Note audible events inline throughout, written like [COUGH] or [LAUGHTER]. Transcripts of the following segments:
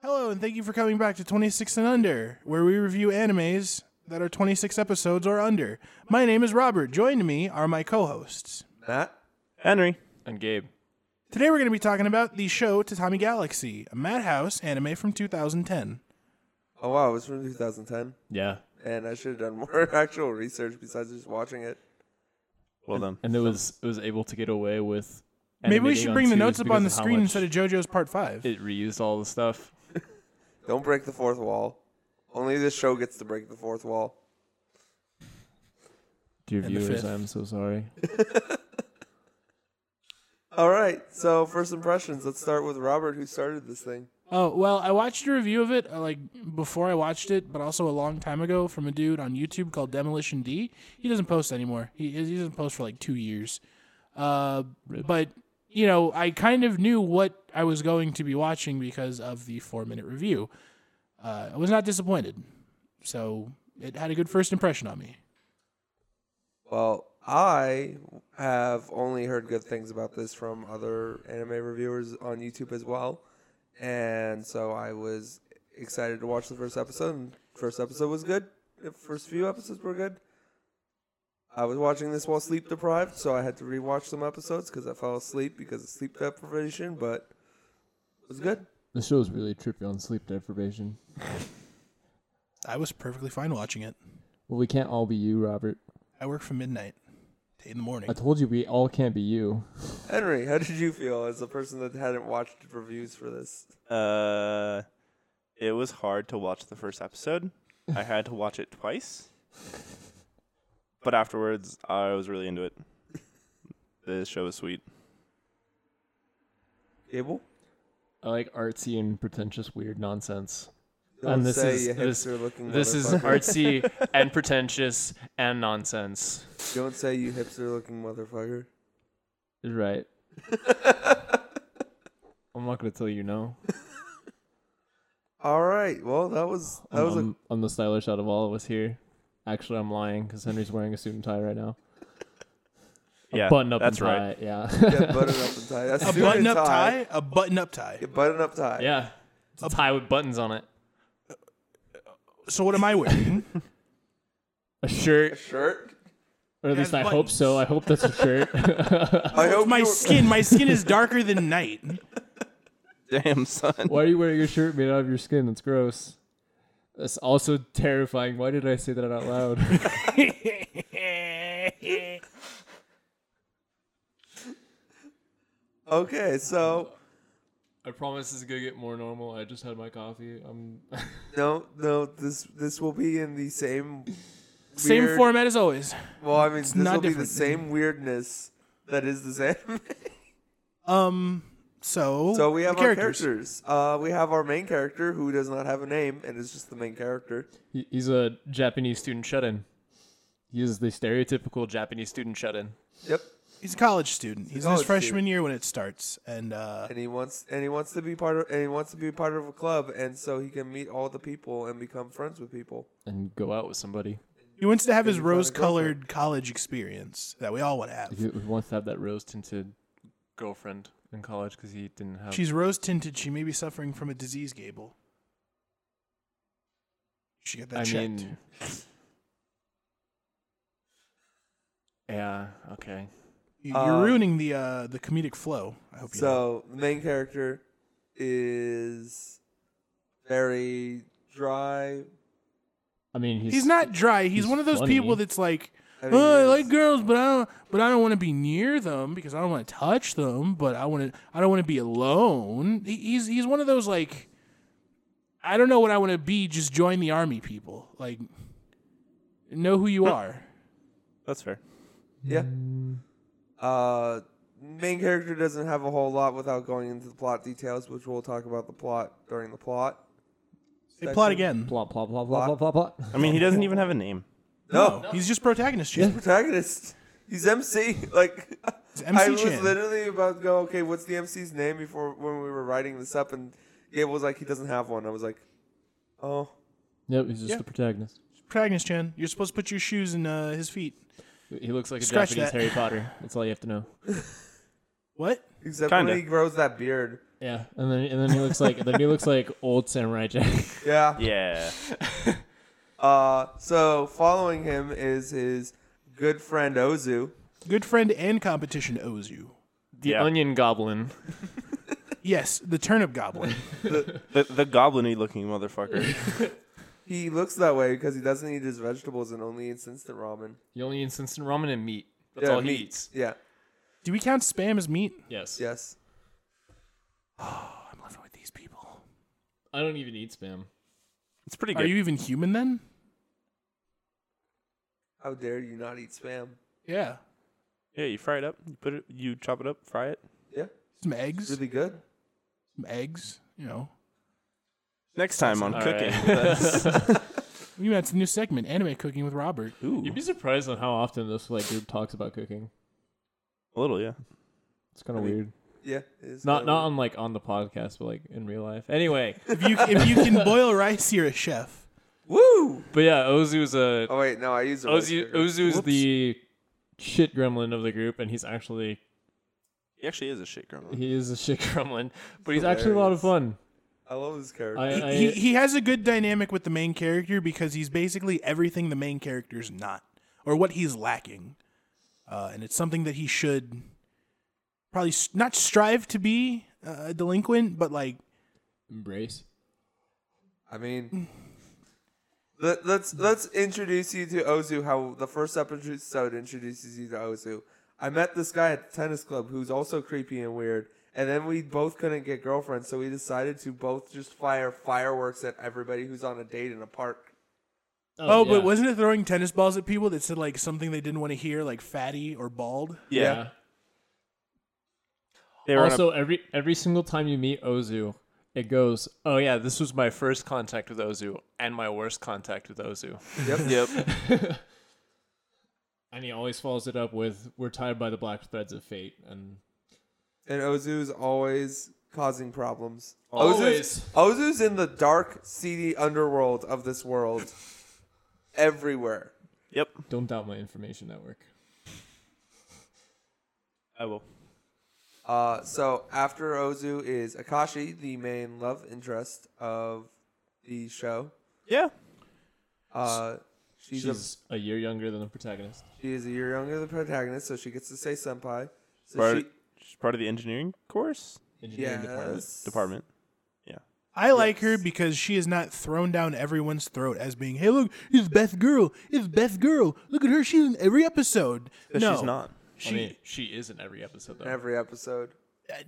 Hello, and thank you for coming back to 26 and Under, where we review animes that are 26 episodes or under. My name is Robert. Joining me are my co hosts. Matt? Henry. and Gabe. Today we're going to be talking about the show Tatami Galaxy, a Madhouse anime from 2010. Oh wow, it was from 2010, Yeah, and I should have done more [LAUGHS] actual research besides just watching it. Well done. and it was it was able to get away with. Maybe we animating should on bring the twos notes up because on the of how screen much instead of JoJo's Part 5. It reused all the stuff. Don't break the fourth wall. Only this show gets to break the fourth wall. Dear And the viewers, fifth. I'm so sorry. All right, so first impressions. Let's start with Robert, who started this thing. Oh well, I watched a review of it uh, like before I watched it, but also a long time ago from a dude on YouTube called Demolition D. He doesn't post anymore. He he doesn't post for like two years. Uh, but you know, I kind of knew what I was going to be watching because of the four minute review. Uh, I was not disappointed, so it had a good first impression on me. Well, I have only heard good things about this from other anime reviewers on YouTube as well, and so I was excited to watch the first episode. And first episode was good. The first few episodes were good. I was watching this while sleep deprived, so I had to rewatch some episodes because I fell asleep because of sleep deprivation. But it was good. The show's really trippy on sleep deprivation. I was perfectly fine watching it. Well, we can't all be you, Robert. I work from midnight to eight in the morning. I told you we all can't be you. Henry, how did you feel as a person that hadn't watched reviews for this? Uh, it was hard to watch the first episode. I had to watch it twice, but afterwards, I was really into it. The show was sweet. Abel, I like artsy and pretentious weird nonsense. don't and this say is you this, hipster-looking this is motherfucker. artsy [LAUGHS] and pretentious and nonsense. Don't say you hipster looking motherfucker. Right. [LAUGHS] I'm not gonna tell you no. All right. Well, that was that I'm, was a, Um, I'm- I'm the stylish out of all of us here. Actually, I'm lying because Henry's wearing a suit and tie right now. A Yeah, button up that's and tie. right. Yeah. [LAUGHS] yeah, button up and tie. [LAUGHS] That's a suit and button up tie. A button up tie. Yeah, button up tie. [LAUGHS] yeah. It's a tie with buttons on it. So what am I wearing? A shirt, Shirt. or at has least I hope so. I hope that's a shirt. [LAUGHS] I hope Oh, my you- skin. My skin is darker than [LAUGHS] night. [LAUGHS] Damn son. Why are you wearing a shirt made out of your skin? That's gross. That's also terrifying. Why did I say that out loud? [LAUGHS] Okay, so I promise this is gonna get more normal. I just had my coffee. I'm. [LAUGHS] no, no. This this will be in the same Same weird- format as always. Well, I mean, this not will be the different. same weirdness that is this anime. Um. So [LAUGHS] So we have the our characters. Uh, we have our main character who does not have a name and is just the main character. He- He's a Japanese student shut-in. He is the stereotypical Japanese student shut-in. Yep. He's a college student. He's, in his college freshman student. year when it starts, and uh, and he wants and he wants to be part of and he wants to be part of a club and so he can meet all the people and become friends with people. And go out with somebody he wants to have his He's got a rose-colored college experience that we all want to have. who who wants to have that rose-tinted girlfriend in college because he didn't have. She's rose-tinted. She may be suffering from a disease, Gable. She got that I checked. mean. Yeah. Okay. You- You're um, ruining the uh, the comedic flow. I hope you know. So the main character is very dry. I mean, he's, He's not dry. He's, he's one of those funny. people that's like, I mean, oh, I he's- like girls, but I don't, but I don't want to be near them because I don't want to touch them. But I want to, I don't want to be alone. He- He's he's one of those like, I don't know what I want to be. Just join the army, people. Like, know who you are. That's fair. Yeah. Mm. Uh, main character doesn't have a whole lot without going into the plot details, which we'll talk about the plot during the plot. They plot again. Plop plop plop plop plop plop. plop. I mean, he doesn't even have a name. No, He's just protagonist. Chan. protagonist. He's MC. [LAUGHS] Like He's MC I was Chan. literally about to go, okay, what's the MC's name before when we were writing this up and Gable was like, he doesn't have one. I was like, Oh. Yep, he's just Yeah. the protagonist. Protagonist Chan. You're supposed to put your shoes in uh, his feet. He looks like a Scratch Japanese that. Harry Potter. That's all you have to know. What? Except when Kinda. he grows that beard. Yeah, and then and then he looks like then he looks like old samurai Jack. Yeah. Yeah. Uh, so following him is his good friend Ozu. Good friend and competition owes you. [LAUGHS] The Yeah. onion goblin. Yes, the turnip [LAUGHS] goblin. The the goblin-y looking [LAUGHS] motherfucker. He looks that way because he doesn't eat his vegetables and only eats instant ramen. He only eats instant ramen and meat. That's Yeah, all he meat. eats. Yeah. Do we count spam as meat? Yes. Yes. I'm living with these people. I don't even eat spam. It's pretty Are good. you even human then? How dare you not eat spam? Yeah. yeah, you fry it up. You put it. You chop it up. Fry it. Yeah. Some eggs. It's really good. Some eggs. You know. Next time on All cooking. You know, it's a new segment, anime cooking with Robert. Ooh, You'd be surprised on how often this like group talks about cooking. [LAUGHS] a little, yeah. It's kind of weird. Yeah. it is Not kinda not weird. on like on the podcast, but like in real life. Anyway, If you if you [LAUGHS] can boil rice, you're a chef. Woo! but yeah, Ozu's a Oh wait, no, I use a rice Ozu cooker. Ozu's the shit gremlin of the group, and he's actually He actually is a shit gremlin. he is a shit [LAUGHS] gremlin, but he's actually a lot of fun. I love this character. I, I he he has a good dynamic with the main character because he's basically everything the main character's not or what he's lacking, uh, and it's something that he should probably s- not strive to be uh, a delinquent, but like embrace. I mean, let, let's let's introduce you to Ozu. How the first episode introduces you to Ozu. I met this guy at the tennis club who's also creepy and weird, and then we both couldn't get girlfriends, so we decided to both just fire fireworks at everybody who's on a date in a park. oh, yeah. but wasn't it throwing tennis balls at people that said like something they didn't want to hear, like fatty or bald? Yeah. yeah. They were Also, every every single time you meet Ozu, it goes, "Oh yeah, this was my first contact with Ozu and my worst contact with Ozu." [LAUGHS] Yep. on a, yep. And he always follows it up with, "We're tied by the black threads of fate." And And Ozu's always causing problems. Always. Ozu's, Ozu's in the dark, seedy underworld of this world. Everywhere. Yep. don't doubt my information network. I will. Uh, so after Ozu is Akashi, the main love interest of the show. Yeah. Uh, she's, a, She's a year younger than the protagonist. she is a year younger than the protagonist, so she gets to say senpai. So Part, she, she's part of the engineering course Engineering department. yes, department. I like her because she is not thrown down everyone's throat as being, "Hey, look, it's Beth Girl, it's Beth Girl. Look at her; she's in every episode." But no, she's not. She uh, I mean, she is in every episode though. in every episode.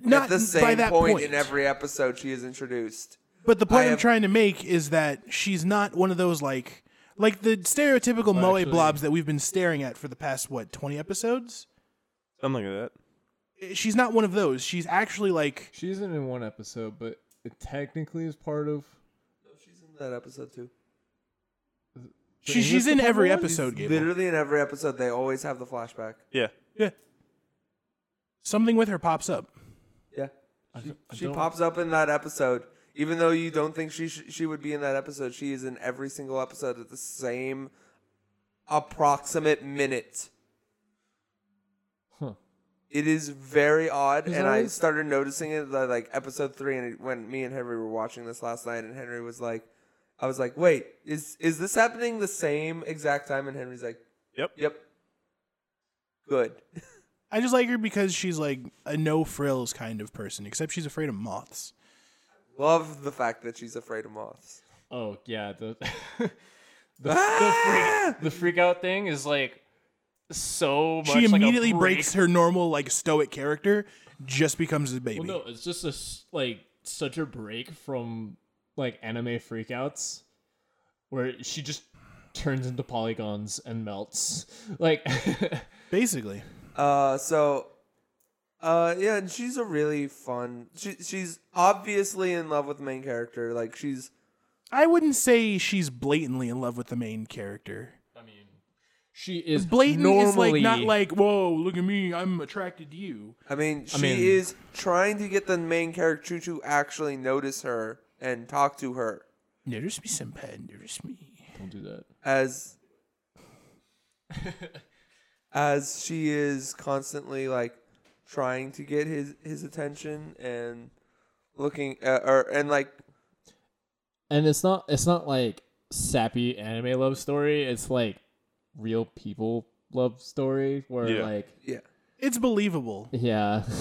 not At the by same that point in every episode, she is introduced. But the point I I'm have- trying to make is that she's not one of those like like the stereotypical moe actually- blobs that we've been staring at for the past what 20 episodes. Eh, Something like that. She's not one of those. She's actually like She isn't in one episode, but it technically is part of. She's in that episode too. she, is she's this in the every problem? episode. Gable. Literally in every episode, they always have the flashback. Yeah. Yeah. Something with her pops up. Yeah, I don't- I she don't- pops up in that episode. Even though you don't think she sh- she would be in that episode, she is in every single episode at the same approximate minute. Huh. It is very odd, Is and that I right? started noticing it li- like episode three, and it- when me and Henry were watching this last night, and Henry was like, "I was like, wait, is is this happening the same exact time?" And Henry's like, Yep. "Yep, good." [LAUGHS] I just like her because she's like a no frills kind of person, except she's afraid of moths. Love the fact that she's afraid of moths. Oh yeah, the [LAUGHS] the, Ah! the, freak, the freak out thing is like so much. she like, a immediately break- breaks her normal like stoic character, just becomes a baby. Well, no, it's just a s- like such a break from like anime freakouts where she just turns into polygons and melts. Like [LAUGHS] Basically, Uh, so, uh, yeah, and she's a really fun. She she's obviously in love with the main character. Like she's I wouldn't say she's blatantly in love with the main character. she is Blatant normally is like not like whoa, look at me, I'm attracted to you. I mean, she mean- is trying to get the main character to actually notice her and talk to her Notice me, senpai. Notice me. don't do that. as as she is constantly like trying to get his his attention and looking uh, or and like and it's not it's not like sappy anime love story. It's like real people love story where Yeah. like yeah. It's believable. yeah. [LAUGHS]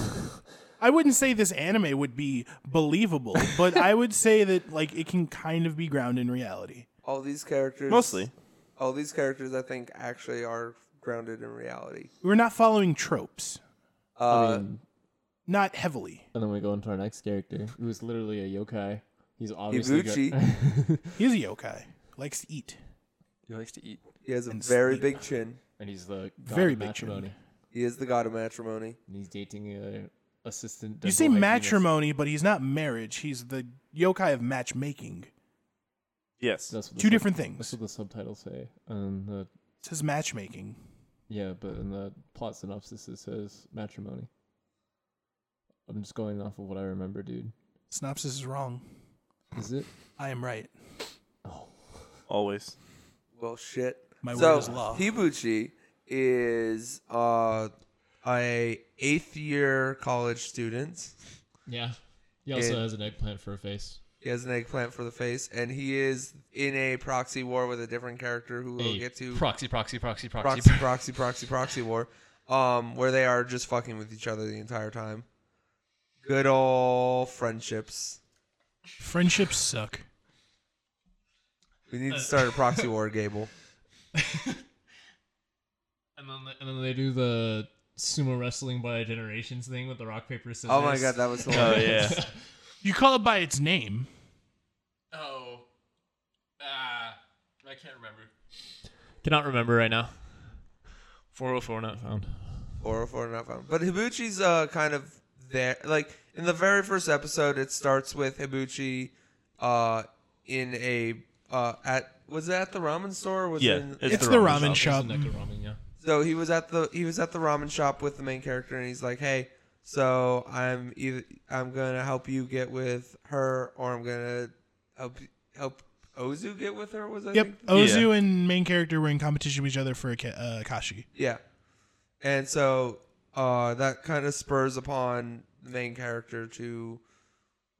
I wouldn't say this anime would be [LAUGHS] believable, but I would say that like it can kind of be grounded in reality. All these characters Mostly. all these characters I think actually are grounded in reality. We're not following tropes, Uh I mean, not heavily. and then we go into our next character, who is literally a yokai. He's obviously go- [LAUGHS] He's a yokai, likes to eat. He likes to eat. he has a And very sleep. big chin. and he's the god Very of big chin. matrimony. He is the god of matrimony. And he's dating a assistant. You dental say hygienist. matrimony, but he's not marriage. He's the yokai of matchmaking. Yes. That's what the Two sub- different That's things. what the subtitles say, and the It says matchmaking. Yeah, but in the plot synopsis it says matrimony. I'm just going off of what I remember, dude. Synopsis is wrong. Is it? I am right. Oh. Always. Well shit. My so word is law. Hibuchi is uh a eighth year college student. Yeah. He also It- has an eggplant for a face. He has an eggplant for the face, and he is in a proxy war with a different character who we'll get to Proxy, proxy, proxy, proxy. proxy, proxy, proxy, proxy war, um, where they are just fucking with each other the entire time. Good old friendships. Friendships suck. We need to start a proxy war, Gable. [LAUGHS] And then and then they do the sumo wrestling by generations thing with the rock paper scissors. [LAUGHS] Oh my god, that was Oh hilarious. [LAUGHS] yeah. You call it by its name. Oh. Ah, I can't remember. Cannot remember right now. 404 not found. Or for not fun. But Hibuchi's uh kind of there like in the very first episode it starts with Hibuchi uh in a uh at was it at the ramen store? or Was Yeah. it in, It's the ramen shop. yeah. So he was at the he was at the ramen shop with the main character, and he's like, "Hey, so I'm either I'm gonna help you get with her, or I'm gonna help help Ozu get with her." Was I Yep. think? Ozu and main character were in competition with each other for a ca- uh, Akashi. Yeah. And so uh, that kind of spurs upon the main character to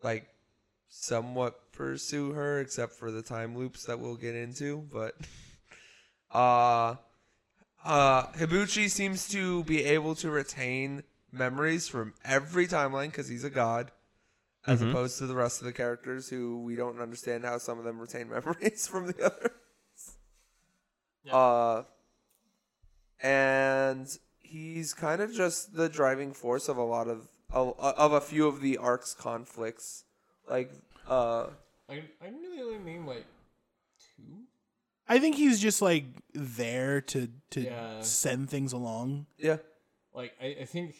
like somewhat pursue her, except for the time loops that we'll get into. But [LAUGHS] uh, uh, Hibuchi seems to be able to retain memories from every timeline because he's a god. As opposed to the rest of the characters, who we don't understand how some of them retain [LAUGHS] memories from the others. Uh, and he's kind of just the driving force of a lot of of, of a few of the arc's conflicts. Like, uh, I, I really only name like two. I think he's just like there to to Yeah. send things along. yeah, Like I, I think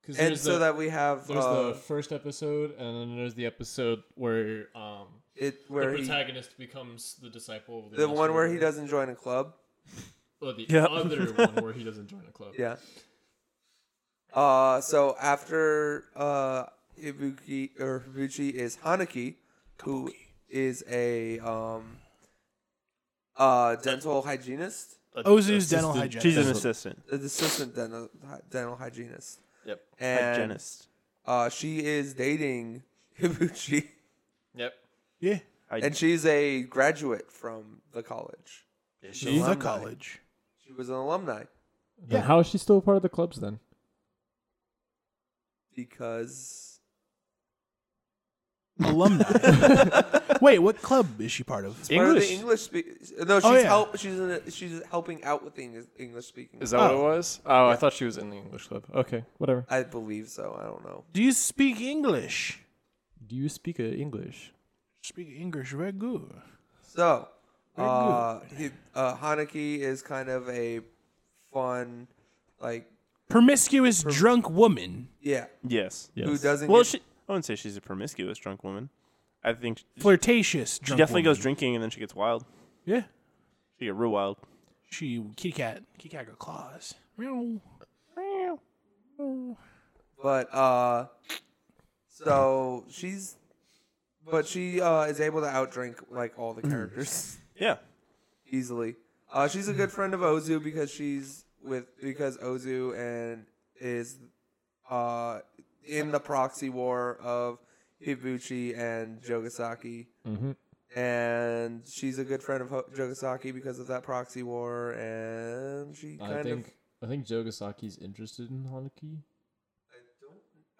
because and there's so the, that we have there's uh, the first episode and then there's the episode where um it where the he protagonist becomes the disciple of the, the master one where he order. doesn't join a club. Or the Yep. [LAUGHS] other one where he doesn't join a club. Yeah. Uh, so after uh, Ibuki or Hibuchi is Hanaki, who is a um, uh, dental hygienist. Ozu's dental hygienist. She's an assistant. the assistant dental, hy- dental hygienist, Yep. and hygienist. uh, she is dating [LAUGHS] Hibuchi, Yep. Yeah. Hy- and she's a graduate from the college. She's alumni. a college. She was an alumni Then how is she still a part of the clubs then? because Alumni. Wait, what club is she part of? part of the English. English spe- no, she's Oh, yeah. help. She's in a, she's helping out with the Eng- English speaking. Is that what it was? Oh, I thought she was in the English club. Okay, whatever. I believe so. I don't know. Do you speak English? Do you speak uh, English? Speak English very good. So, Very uh, he, uh, Hanaki is kind of a fun, like Promiscuous drunk woman. yeah, yes. Yeah. who Yes. doesn't. Well, get- she. I wouldn't say she's a promiscuous drunk woman. I think she, Flirtatious she drunk definitely woman. goes drinking and then she gets wild. Yeah. She get real wild. She kitty cat. Kitty cat got claws. Meow. But uh so she's but she uh is able to outdrink like all the characters [LAUGHS] Yeah. easily. Uh she's a good friend of Ozu because she's with because Ozu and is uh in the proxy war of Ibuchi and Jogasaki. Mm-hmm. And she's a good friend of Ho- Jogasaki because of that proxy war. And she kind I think of. I think Jogasaki's interested in Hanuki.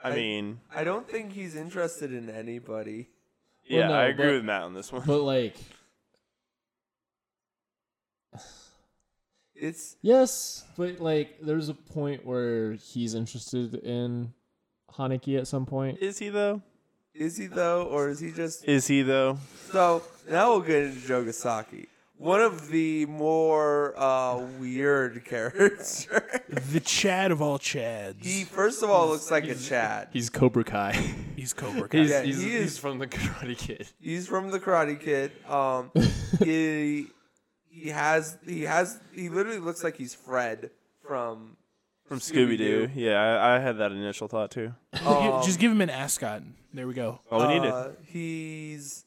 I, I- mean, I don't think he's interested in anybody. Well, yeah, no, I agree but- with Matt on this one. But like It's Yes, but like there's a point where he's interested in Hanuki at some point. Is he though? is he though, or is he just Is he though? So now we'll get into Jogasaki. One of the more uh, weird [LAUGHS] characters. The Chad of all Chads. he first of all looks like a Chad. He's Cobra Kai. [LAUGHS] He's Cobra Kai. he's, Yeah, he's, he he's is. from the Karate Kid. He's from the Karate Kid. Um, he he has he has he literally looks like he's Fred from From Scooby Doo? Yeah, I, I had that initial thought too. Gi- Just give him an ascot. There we go. All we needed. Uh, he's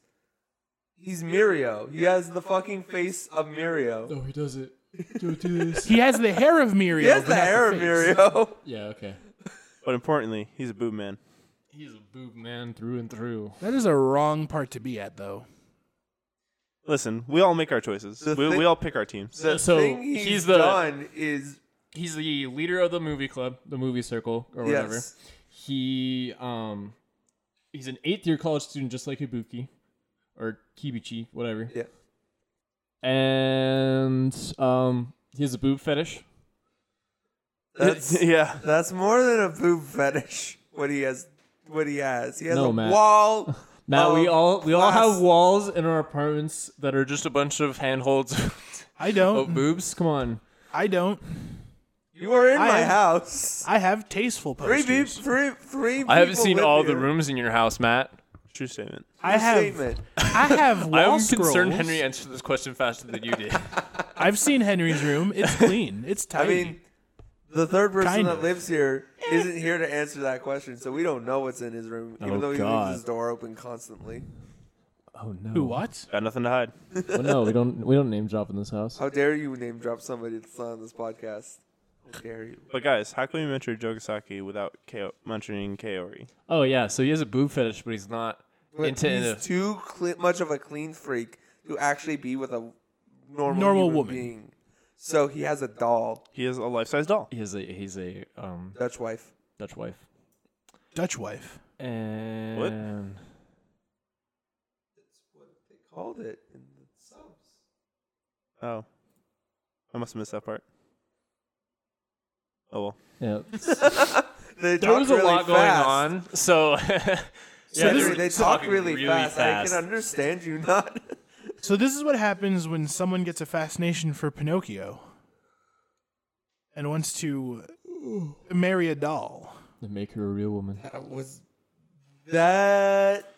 he's Mirio. He has the fucking face of Mirio. Oh, No, he does it. Don't do [LAUGHS] this. He has the hair of Muriel. He has but the not hair of face. Mirio. yeah, okay. But importantly, he's a boob man. He's a boob man through and through. That is a wrong part to be at, though. Listen, we all make our choices. The We, thi- we all pick our teams. So, Thing he's, he's the done is he's the The leader of the movie club, the movie circle, or whatever. yes. He um he's an eighth year college student just like Ibuki. Or Kibichi, whatever. Yeah. And um he has a boob fetish. [LAUGHS] That's [LAUGHS] yeah. That's more than a boob fetish. What he has, what he has, he has No, a Matt. wall. Now we of all we all glass. have walls in our apartments that are just just a bunch of [LAUGHS] handholds I of don't. boobs. come on. I don't. You are in my I- house. I have tasteful Three, peop- posters. three, three. I haven't people seen live all the here. rooms in your house, Matt. True statement. I Your have. Statement. I have wall I'm scrolls. concerned Henry answered this question faster than you did. I've seen Henry's room. It's clean. It's I tidy. mean, the third person Kind that of. lives here isn't here to answer that question, so we don't know what's in his room, even Oh, though he God. leaves his door open constantly. [LAUGHS] Oh no. who? What? Got nothing to hide. Well, no, we don't we don't name drop in this house. How dare you name drop somebody that's not on this podcast? How dare you? But guys, how can we mention Jogasaki without Ko- mentioning E? Kaori? oh yeah, so he has a boob fetish, but he's not into he's the- too cle much of a clean freak to actually be with a normal, Normal human woman. being. So he has a doll, He is a life-size doll. He's a he's a um, Dutch wife. Dutch wife. Dutch wife. And They called it in the subs. Oh, I must have missed that part. Oh well. Yeah. They There talk was really a lot fast. going on, [LAUGHS] so Yeah, they they, were they talk talking really, really fast. fast. I can understand you not. So this is what happens when someone gets a fascination for Pinocchio and wants to marry a doll. to make her a real woman. [LAUGHS] that was that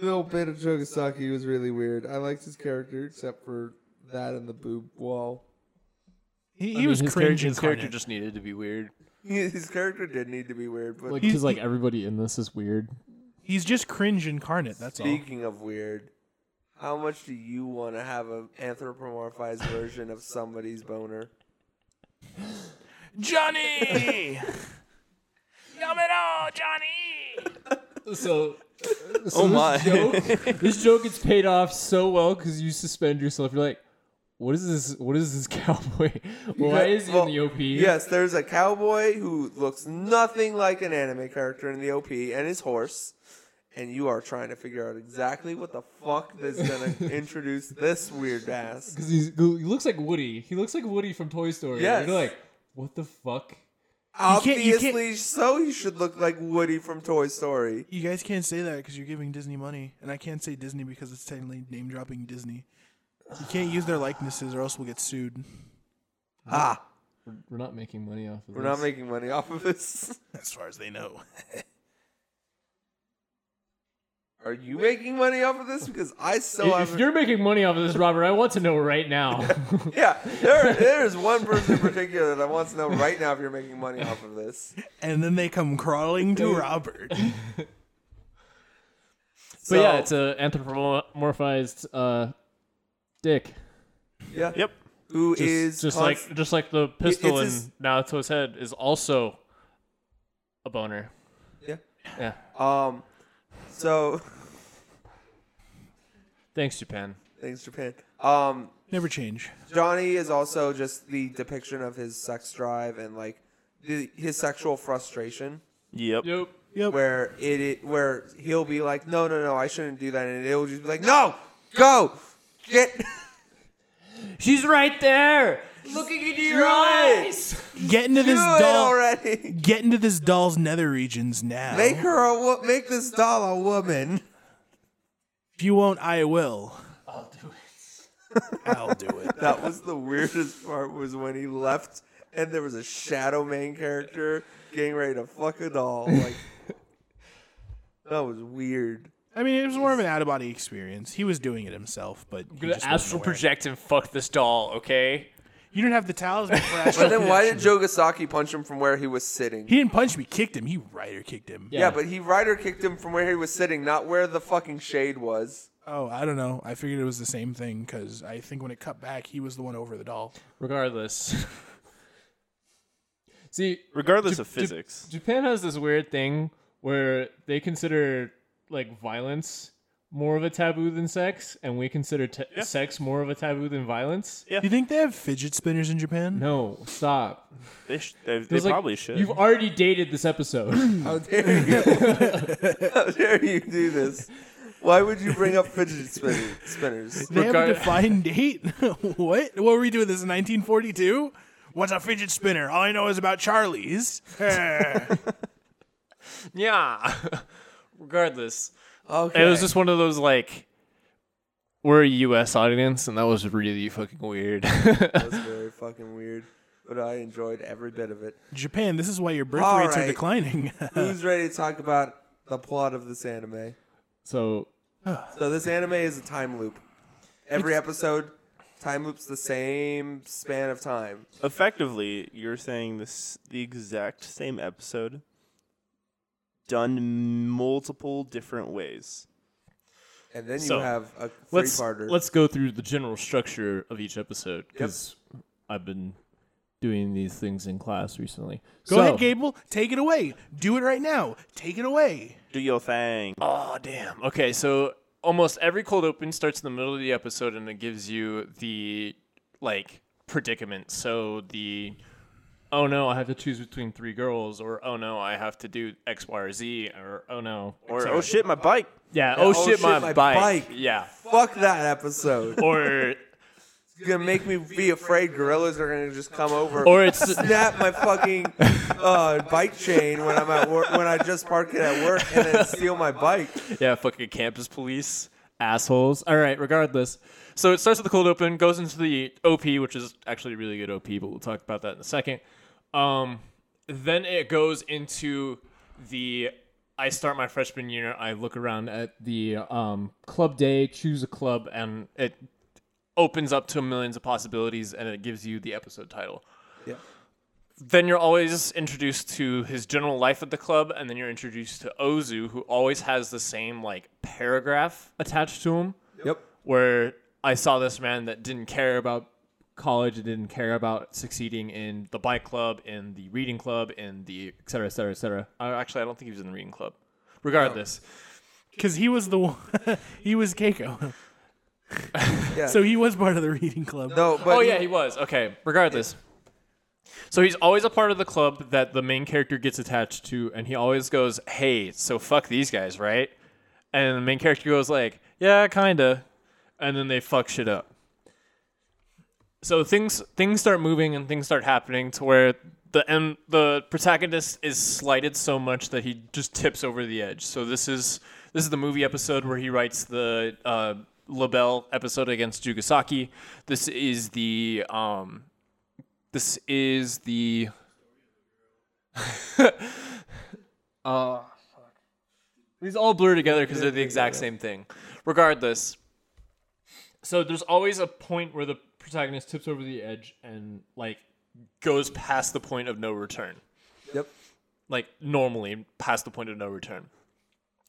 little bit of Jogasaki was really weird. I liked his character except for that and the boob wall. He, he mean, was his cringe his character incarnate. just needed to be weird. [LAUGHS] His character did need to be weird, but Like, because like everybody in this is weird. He's just cringe incarnate. That's all. Speaking of weird, how much do you want to have an anthropomorphized version of somebody's boner? [LAUGHS] Johnny. Yamano, Johnny. So, oh my. [LAUGHS] this joke gets paid off so well because you suspend yourself. You're like, what is this? What is this [LAUGHS] cowboy? Why is he in Well, the OP? Yes, there's a cowboy who looks nothing like an anime character in the OP and his horse, and you are trying to figure out exactly what the fuck is gonna [LAUGHS] introduce this weird ass. Because he looks like Woody. He looks like Woody from Toy Story. Yes. You're like, what the fuck? can't- you can't- Obviously, so he should look like Woody from Toy Story. You guys can't say that because you're giving Disney money, and I can't say Disney because it's technically name dropping Disney. You can't use their likenesses, or else we'll get sued. Ah, We're not making money off of we're this. not making money off of this. [LAUGHS] As far as they know. Are you making money off of this? Because I still If- haven't. if you're making money off of this, Robert, I want to know right [LAUGHS] now. Yeah, [LAUGHS] there, there is one person in particular that wants to know right now if you're making money off of this. and then they come crawling to [LAUGHS] Robert. But yeah, it's a anthropomorphized uh, dick. yeah. yep. Who is Just, just const- like just like the it's pistol in his- Naruto's head is also a boner. Yeah. Yeah. Um, So [LAUGHS] Thanks, Japan. thanks, Japan. Um, Never change. Johnny is also just the depiction of his sex drive and like the, his sexual frustration, Yep. Yep. where it, it where he'll be like, no, no, no, I shouldn't do that, and it'll just be like, no, go, get. She's right there, looking into your Right. eyes. Get into this [LAUGHS] do it doll. already. Get into this doll's nether regions now. Make her a wo- make this doll a woman. if you won't, I will. [LAUGHS] I'll do it. I'll do it. That was the weirdest part was when he left and there was a shadow main character getting ready to fuck a doll. Like that was weird. I mean, it was more of an out of body experience. He was doing it himself, but he Gonna just wasn't astral aware. project and fuck this doll, okay? You didn't have the talisman for astral. But then why did Joe Gasaki punch him from where he was sitting? [LAUGHS] he didn't punch me, kicked him. He rider kicked him. yeah, but he rider kicked him from where he was sitting, not where the fucking shade was. Oh, I don't know. I figured it was the same thing because I think when it cut back, he was the one over the doll. Regardless. [LAUGHS] See, Regardless Ju- of ju- physics. Japan has this weird thing where they consider like violence more of a taboo than sex, and we consider t- sex more of a taboo than violence. Do you think they have fidget spinners in Japan? No, stop. they sh- they, they It's like, probably should. You've already dated this [LAUGHS] episode. [LAUGHS] How Hmm. dare you? How dare you do this? Why would you bring up fidget spinner- spinners? They have a Regard- defined date. [LAUGHS] what? What were we doing? This in 1942? What's a fidget spinner? All I know is about Charlie's. [LAUGHS] yeah. Regardless. Okay. It was just one of those like we're a US audience and that was really fucking weird. [LAUGHS] That was very fucking weird. But I enjoyed every bit of it. Japan. This is why your birth All rates are right. declining. [LAUGHS] Who's ready to talk about the plot of this anime? so So this anime is a time loop. Every episode, time loops the same span of time. Effectively, you're saying this the exact same episode done multiple different ways. And then you So, have a three let's parter. let's go through the general structure of each episode because I've been doing these things in class recently. Go ahead, Gable. Take it away. Do it right now. Take it away. Do your thing. Oh damn. Okay, so almost every cold open starts in the middle of the episode and it gives you the like predicament. So the oh no, I have to choose between three girls, or oh no, I have to do X, Y, or Z, or oh no, Or etc. oh shit, my bike. yeah, oh, shit, my, bike. bike. yeah, Fuck that episode. [LAUGHS] or It's gonna make me be afraid gorillas are gonna just come over. or [LAUGHS] it's Snap my fucking uh, bike chain when I'm at work when I just park it at work and then steal my bike. Yeah, fucking campus police. Assholes. All right, regardless. So it starts with the cold open, goes into the OP, which is actually a really good OP, but we'll talk about that in a second. Um, then it goes into the I start my freshman year, I look around at the um, club day, choose a club, and it opens up to millions of possibilities and it gives you the episode title Yeah. then you're always introduced to his general life at the club, and then you're introduced to Ozu, who always has the same like paragraph attached to him. Yep. Where I saw this man that didn't care about college, and didn't care about succeeding in the bike club, in the reading club, in the et cetera, et cetera, et cetera. Uh, actually, I don't think he was in the reading club. Oh. Regardless, Because he was the one. [LAUGHS] he was Keiko. [LAUGHS] Yeah. So he was part of the reading club. No, but oh yeah, he was. Okay. Regardless. So he's always a part of the club that the main character gets attached to, and he always goes, "Hey, so fuck these guys, right?" And the main character goes like, "Yeah, kinda," and then they fuck shit up. So things things start moving and things start happening to where the and the protagonist is slighted so much that he just tips over the edge. So this is this is the movie episode where he writes the uh, Labelle episode against Jugasaki. This is the um, this is the [LAUGHS] uh, fuck. these all blur together because they're the exact same thing. Regardless, so there's always a point where the protagonist tips over the edge and like goes past the point of no return Yep. like normally past the point of no return.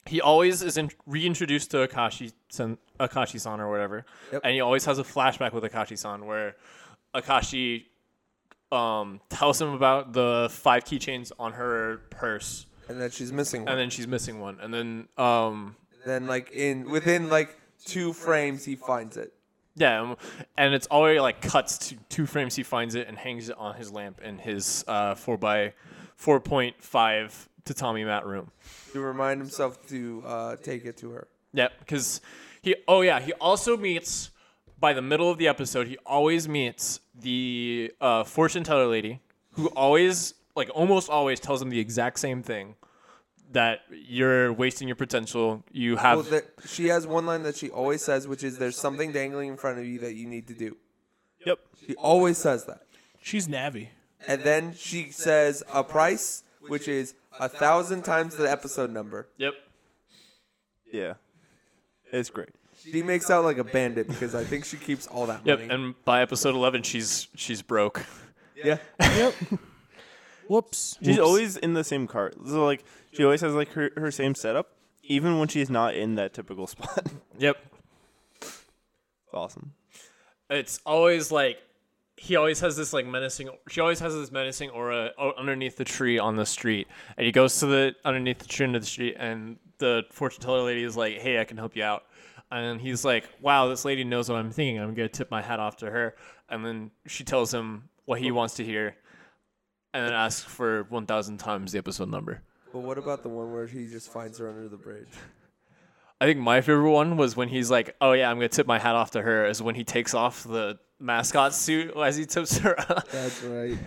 He always is in, reintroduced to Akashi san, Akashi san or whatever, and he always has a flashback with Akashi san where Akashi um, tells him about the five keychains on her purse, and then she's missing one. and then she's missing one, and then um then like in within like two frames he finds it. yeah, um, and it's always like cuts to two frames. He finds it and hangs it on his lamp in his uh four by four point five tatami mat room. To remind himself to uh, take it to her. Yeah, because he. Oh yeah, he also meets by the middle of the episode. He always meets the uh, fortune teller lady, who always, like, almost always tells him the exact same thing that you're wasting your potential. You have. Well, that she has one line that she always says, which is "There's something dangling in front of you that you need to do." Yep. She always says that, She's Navi. and then she says a price, which is a thousand times the episode number. yep. Yeah. It's great. She makes out like a bandit because I think she keeps all that Yep. money. And by episode eleven, she's she's broke. yeah, Yep. Whoops. She's always in the same car. So like she always has like her, her same setup, even when she's not in that typical [LAUGHS] spot. Yep. awesome. It's always like. He always has this like menacing. She always has this menacing aura o- underneath the tree on the street, and he goes to the underneath the tree under the street, and the fortune teller lady is like, "Hey, I can help you out," and he's like, "Wow, this lady knows what I'm thinking. I'm gonna tip my hat off to her." And then she tells him what he wants to hear, and then asks for 1,000 times the episode number. but what about the one where he just finds her under the bridge? I think my favorite one was when he's like, "Oh yeah, I'm gonna tip my hat off to her," is when he takes off the mascot suit as he tips her. [LAUGHS] That's right.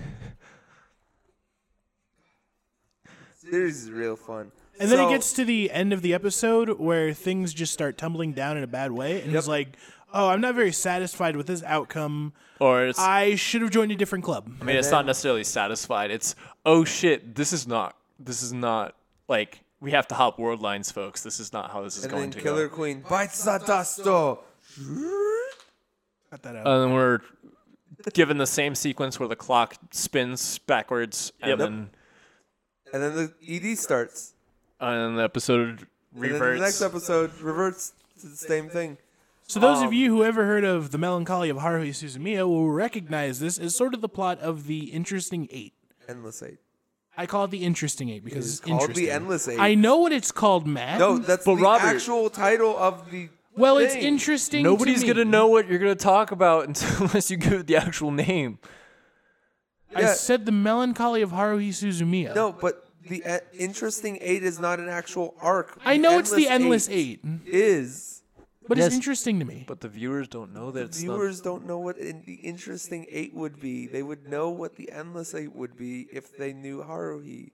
Series is real fun. And then So- it gets to the end of the episode where things just start tumbling down in a bad way, and he's like, "Oh, I'm not very satisfied with this outcome. or it's I should have joined a different club." I mean, it's not necessarily satisfied. It's oh shit, this is not. This is not like we have to hop world lines, folks. This is not how this is and going then to Killer go. Queen bites Sadasto. Cut that out. And then we're given the same sequence where the clock spins backwards, and Yep. then And then the ED starts. and then the episode And then the next reverts. episode reverts to the same thing. So those Um. of you who ever heard of the melancholy of Haruhi Suzumiya will recognize this as sort of the plot of the Interesting Eight. Endless Eight. I call it the Interesting Eight because It's it's called the interesting. Endless Eight. I know what it's called, Matt. No, that's But the Robert- actual title of the. well, it's thing. interesting. to Nobody's me. gonna know what you're gonna talk about [LAUGHS] until, unless you give it the actual name. I Yeah. said the melancholy of Haruhi Suzumiya. No, but the uh, interesting eight is not an actual arc. I know it's the Endless Eight, Is but Yes. it's interesting to me. But the viewers don't know that it's not. viewers don't know what in the interesting eight would be. They would know what the endless eight would be if they knew Haruhi.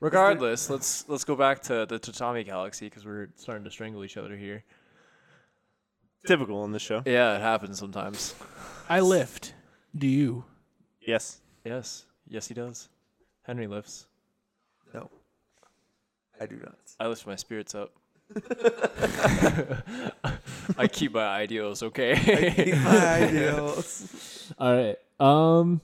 Regardless, let's let's go back to the Tatami Galaxy because we're starting to strangle each other here. Typical in this show. Yeah, it happens sometimes. I lift. Do you? Yes. Yes. Yes, he does. Henry lifts. No, I [LAUGHS] do not. I lift my spirits up. [LAUGHS] I keep my ideals, [LAUGHS] okay? My ideals. All right. Um.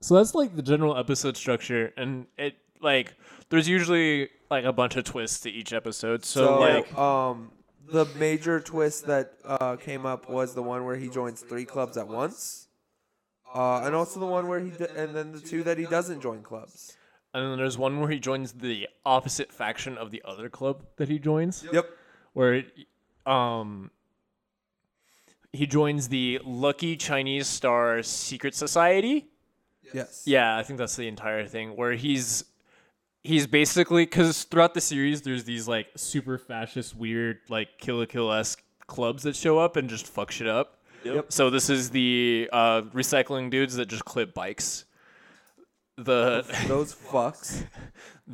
so that's like the general episode structure and it like there's usually like a bunch of twists to each episode. So, So, like um, the major twist that uh, came up was the one where he joins three clubs at once, uh, and also the one where he d- and then the two that he doesn't join clubs. and then there's one where he joins the opposite faction of the other club that he joins. Yep. where it- um he joins the Lucky Chinese Star Secret Society. Yes. Yeah, I think that's the entire thing where he's he's basically cuz throughout the series there's these like super fascist weird like kill a kill esque clubs that show up and just fuck shit up. Yep. So this is the uh recycling dudes that just clip bikes. [LAUGHS] The Those fucks.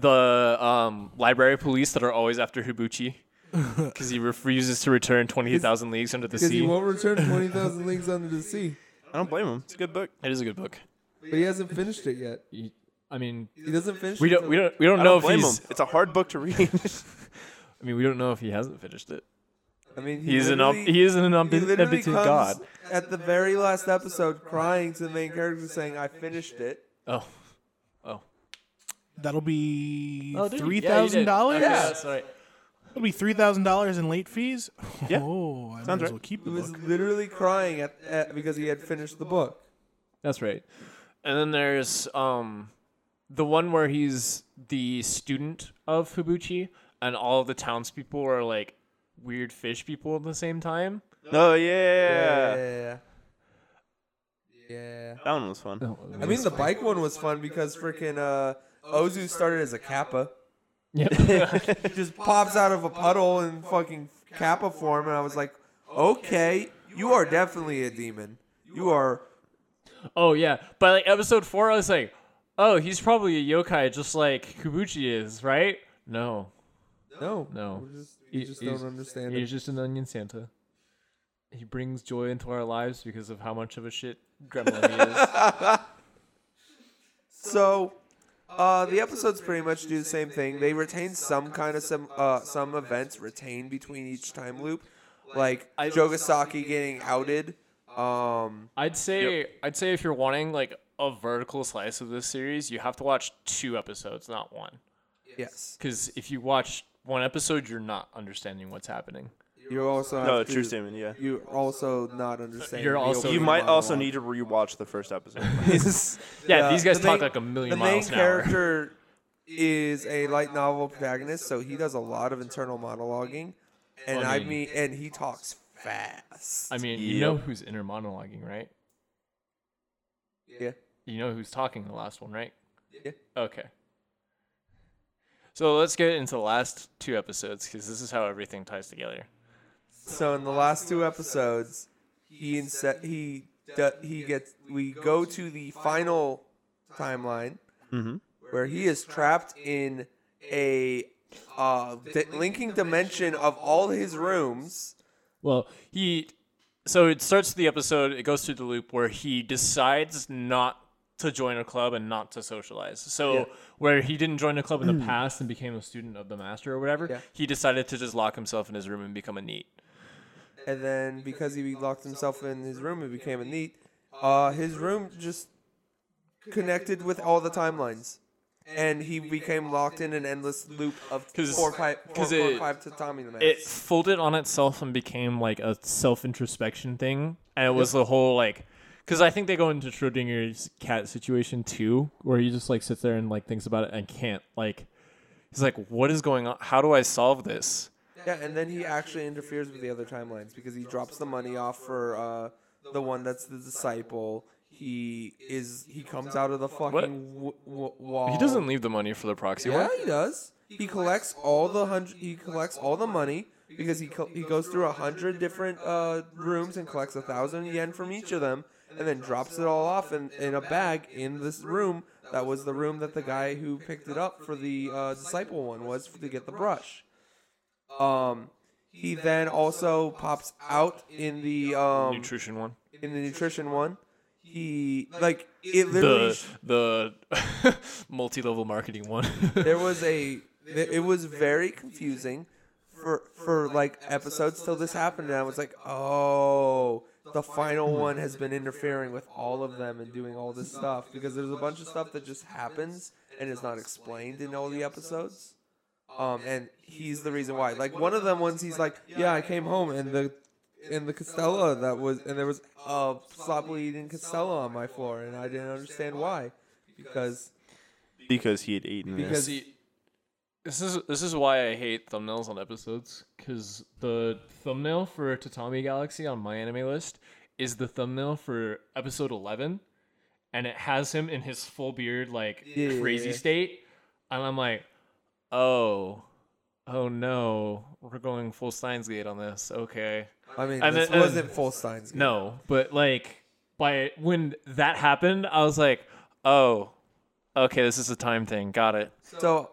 the um library police that are always after [LAUGHS] Hibuchi cuz he refuses to return 20,000 leagues under the sea. return twenty thousand leagues under the sea, I don't blame him. It's a good book. It is a good book. but he hasn't finished it yet. I mean, He doesn't finish. we don't, we don't, we don't I know if don't blame him. he's. It's a hard book to read. [LAUGHS] I mean, we don't know if he hasn't finished it. I mean, he He's an, um, literally- he is an he omni- literally omnipotent comes god. At the very last episode, crying to the main character, saying, "I finished it." Oh, That'll be Oh, dude, yeah, you three did. thousand dollars. Okay, that's right. It'll be three thousand dollars in late fees. Yeah. Oh, I might Sounds as right. well keep He the was book. literally crying at, at because he had finished the book. That's right. And then there's um, the one where he's the student of Fubuchi, and all of the townspeople are like weird fish people at the same time. Oh yeah. Yeah. Yeah. that one was fun. I mean, the bike one was fun because freaking uh, Ozu started as a kappa. [LAUGHS] Yep. just pops out of a puddle in fucking kappa form, and I was like, okay, you are definitely a demon. You are. Oh yeah, by like episode four, I was like, oh, he's probably a yokai, just like Kubuchi is, right? No, No. no, We're just, we He- just he's- don't understand he's it. just an onion Santa. He brings joy into our lives because of how much of a shit gremlin he is. So. Uh, the episodes pretty much do the same thing. They retain some kind of some uh, some events retained between each time loop, like Jogasaki getting outed. Um, I'd say I'd say if you're wanting like a vertical slice of this series, you have to watch two episodes, not one. yes, Because if you watch one episode, you're not understanding what's happening. you also have No, to- true statement. Yeah. You're also not understanding. You're the also- opening You might also monologue. need to rewatch the first episode. [LAUGHS] [LAUGHS] Yeah, these guys the main- talk like a million the miles main an hour. character is a light novel protagonist, so he does a lot of internal monologuing, and I mean- mean, and he talks fast. [LAUGHS] I mean, you know Yep. who's inner monologuing, right? yeah, You know who's talking in the last one, right? yeah. Okay. So let's get into the last two episodes because this is how everything ties together. So in the last two episodes, he inset he d- he gets we go to the final timeline Mm-hmm. where he is trapped in a uh, di- linking dimension of all his rooms. Well, he. So it starts the episode, it goes through the loop where he decides not to join a club and not to socialize. So where he didn't join a club in the past and became a student of the master or whatever, Yeah. he decided to just lock himself in his room and become a neat. and then because he locked himself in his room and became a neat, uh, his room just connected with all the timelines, and he became locked in an endless loop of 'Cause- four five four, 'cause four, it- five to Tommy the Mask. It folded on itself and became like a self introspection thing. And it was the whole like. Because I think they go into Schrodinger's cat situation too, where he just like sits there and like thinks about it and can't like. He's like, what is going on? How do I solve this? yeah, and then he actually interferes with the other timelines because he drops the money off for uh, the one that's the disciple. He is he comes out of the fucking w- w- wall. He doesn't leave the money for the proxy Yeah, work. he does. He collects all the hundred. He collects all the money because he co- he goes through a hundred different uh, rooms and collects a thousand yen from each of them, and then drops it all off in, in a bag in this room. That was the room that the guy who picked it up for the uh, disciple one was to get the brush. Um, he then also pops out in the um, Nutrition one. in the nutrition one. He like it literally. The the [LAUGHS] multi level marketing one. there was a th- it was very confusing for for like episodes till this happened and i was like oh the final one has been interfering with all of them and doing all this stuff because there's a bunch of stuff that just happens and is not explained in all the episodes um and he's the reason why like one of them ones he's like yeah i came home and the and the castella that was and there was a sloppily eating castella on my floor and i didn't understand why because because he had eaten Because- [LAUGHS] this. See, this is this is why I hate thumbnails on episodes because the thumbnail for Tatami Galaxy on my anime list is the thumbnail for episode eleven, and it has him in his full beard, like Yeah. crazy state, and I'm like, oh, oh no, we're going full Steins Gate on this, okay. i mean And this then- and- wasn't full signs No, but like by when that happened, I was like, oh, okay, this is a time thing. Got it. So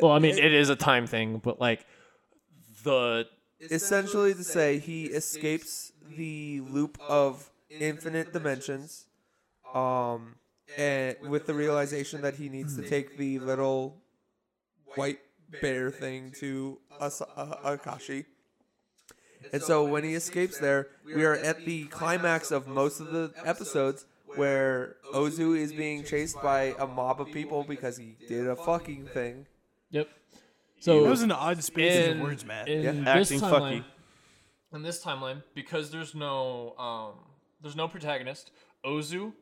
Well, I mean, it is a time thing, but like the essentially, to say, he escapes the loop of infinite dimensions, um, and with the realization that he needs to take the little white bear thing to As- uh, Akashi. And so when he escapes there, we are at the climax of most of the episodes where Ozu is being chased by a mob of people because he did a fucking thing. Yep. So It was an odd spaces in- of words, Matt. in this Acting timeline, fucky. in this timeline because there's no um there's no protagonist. Ozu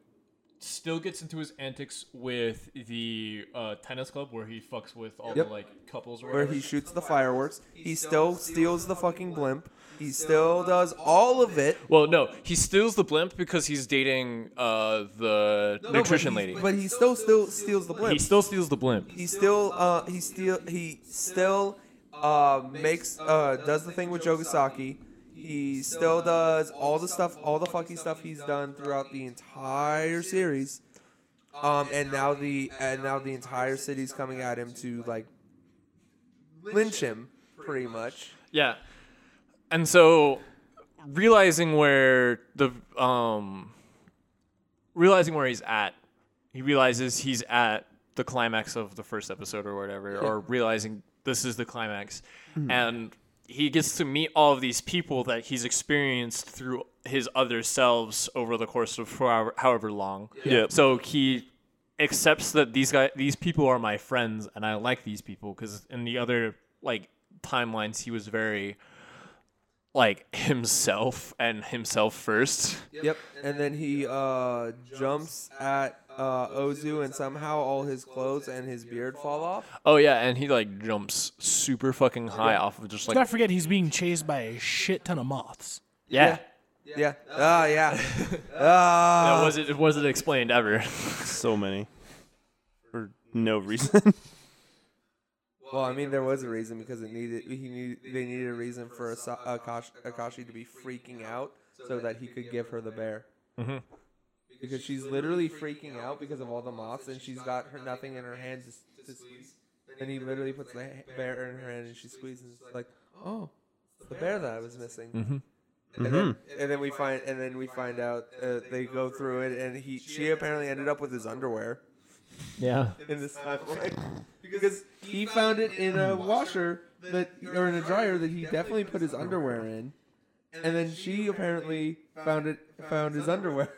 still gets into his antics with the uh, tennis club where he fucks with all Yep. the like couples or where whatever. he shoots the fireworks. He still steals the fucking blimp. He still does all of it. Well, no, he steals the blimp because he's dating uh, the No, but nutrition he- lady. But he still still steals the he blimp. still steals the blimp. He still uh he still he still uh makes uh does the thing with Jogasaki. He still does all the stuff, all the fucking stuff he's done throughout the entire series. Um, and now the and now the entire city's coming at him to like lynch him, pretty much. Yeah. And so realizing where the um realizing where he's at, he realizes he's at the climax of the first episode or whatever or realizing this is the climax Hmm. and he gets to meet all of these people that he's experienced through his other selves over the course of however, however long. Yep. So he accepts that these guy these people are my friends and I like these people because in the other like timelines he was very like himself and himself first. Yep. And then he uh, jumps at uh, Ozu, and somehow all his clothes and his beard fall off. Oh yeah, and he like jumps super fucking high off of just Not like forget he's being chased by a shit ton of moths. yeah. Yeah. Ah, [LAUGHS] yeah. Ah. That wasn't it wasn't explained ever. So many. For no reason. [LAUGHS] Well, I mean, there was a reason because it needed. He needed. They needed a reason for Asa- Akash, Akashi to be freaking out so that he could give her the bear. Because she's literally freaking out because of all the moths, and she's got her nothing in her hands to, to squeeze. Then he literally puts the ha- bear in her hand, and she squeezes. And it's like, oh, it's the bear that I was missing. And, then, and then we find, and then we find out uh, they go through it, and he, she apparently ended up with his underwear [LAUGHS] Yeah. in this [LAUGHS] timeline because he found it in a washer that or in a dryer that he definitely put his underwear in, and then she apparently found it found his underwear.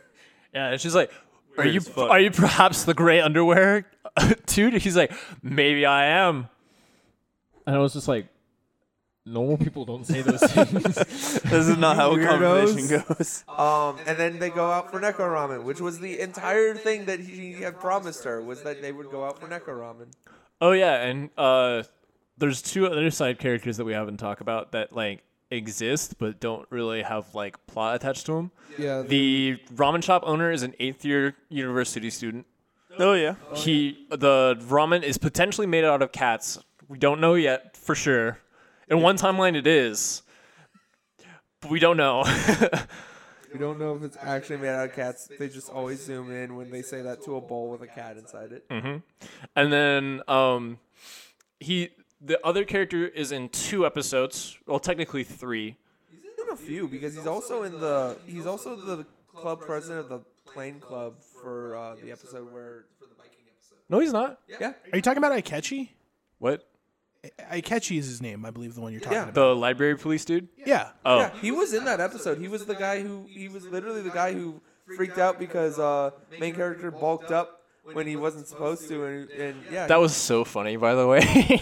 Yeah, and she's like, "Are Weird you as fuck. are you perhaps the gray underwear [LAUGHS] dude?" He's like, "Maybe I am." And I was just like, normal people don't say those things. this is not how a conversation goes. [LAUGHS] Um, and then they go out for Neko ramen, which was the entire thing that he had promised her was that they would go out for Neko ramen. Oh yeah, and uh, there's two other side characters that we haven't talked about that like exist but don't really have like plot attached to them. Yeah, The ramen shop owner is an eighth year university student. Oh yeah. He the ramen is potentially made out of cats. We don't know yet for sure. In one timeline, it is. But we don't know. [LAUGHS] we don't know if it's actually made out of cats. They just always zoom in when they say that to a bowl with a cat inside it. And then um, he the other character is in two episodes. Well, technically three. He's in a few because he's also in the he's also the club president of the plane club for uh, the episode where for the Viking episode. No, he's not. Yeah, Are you talking about Aikechi? What? Aikechi is his name, I believe, the one you're talking Yeah. about. The library police dude? Yeah. Oh. yeah, he was in that episode. He was the guy who he was literally the guy who freaked out because uh main character bulked up when he wasn't supposed to and, and yeah That was so funny, by the way.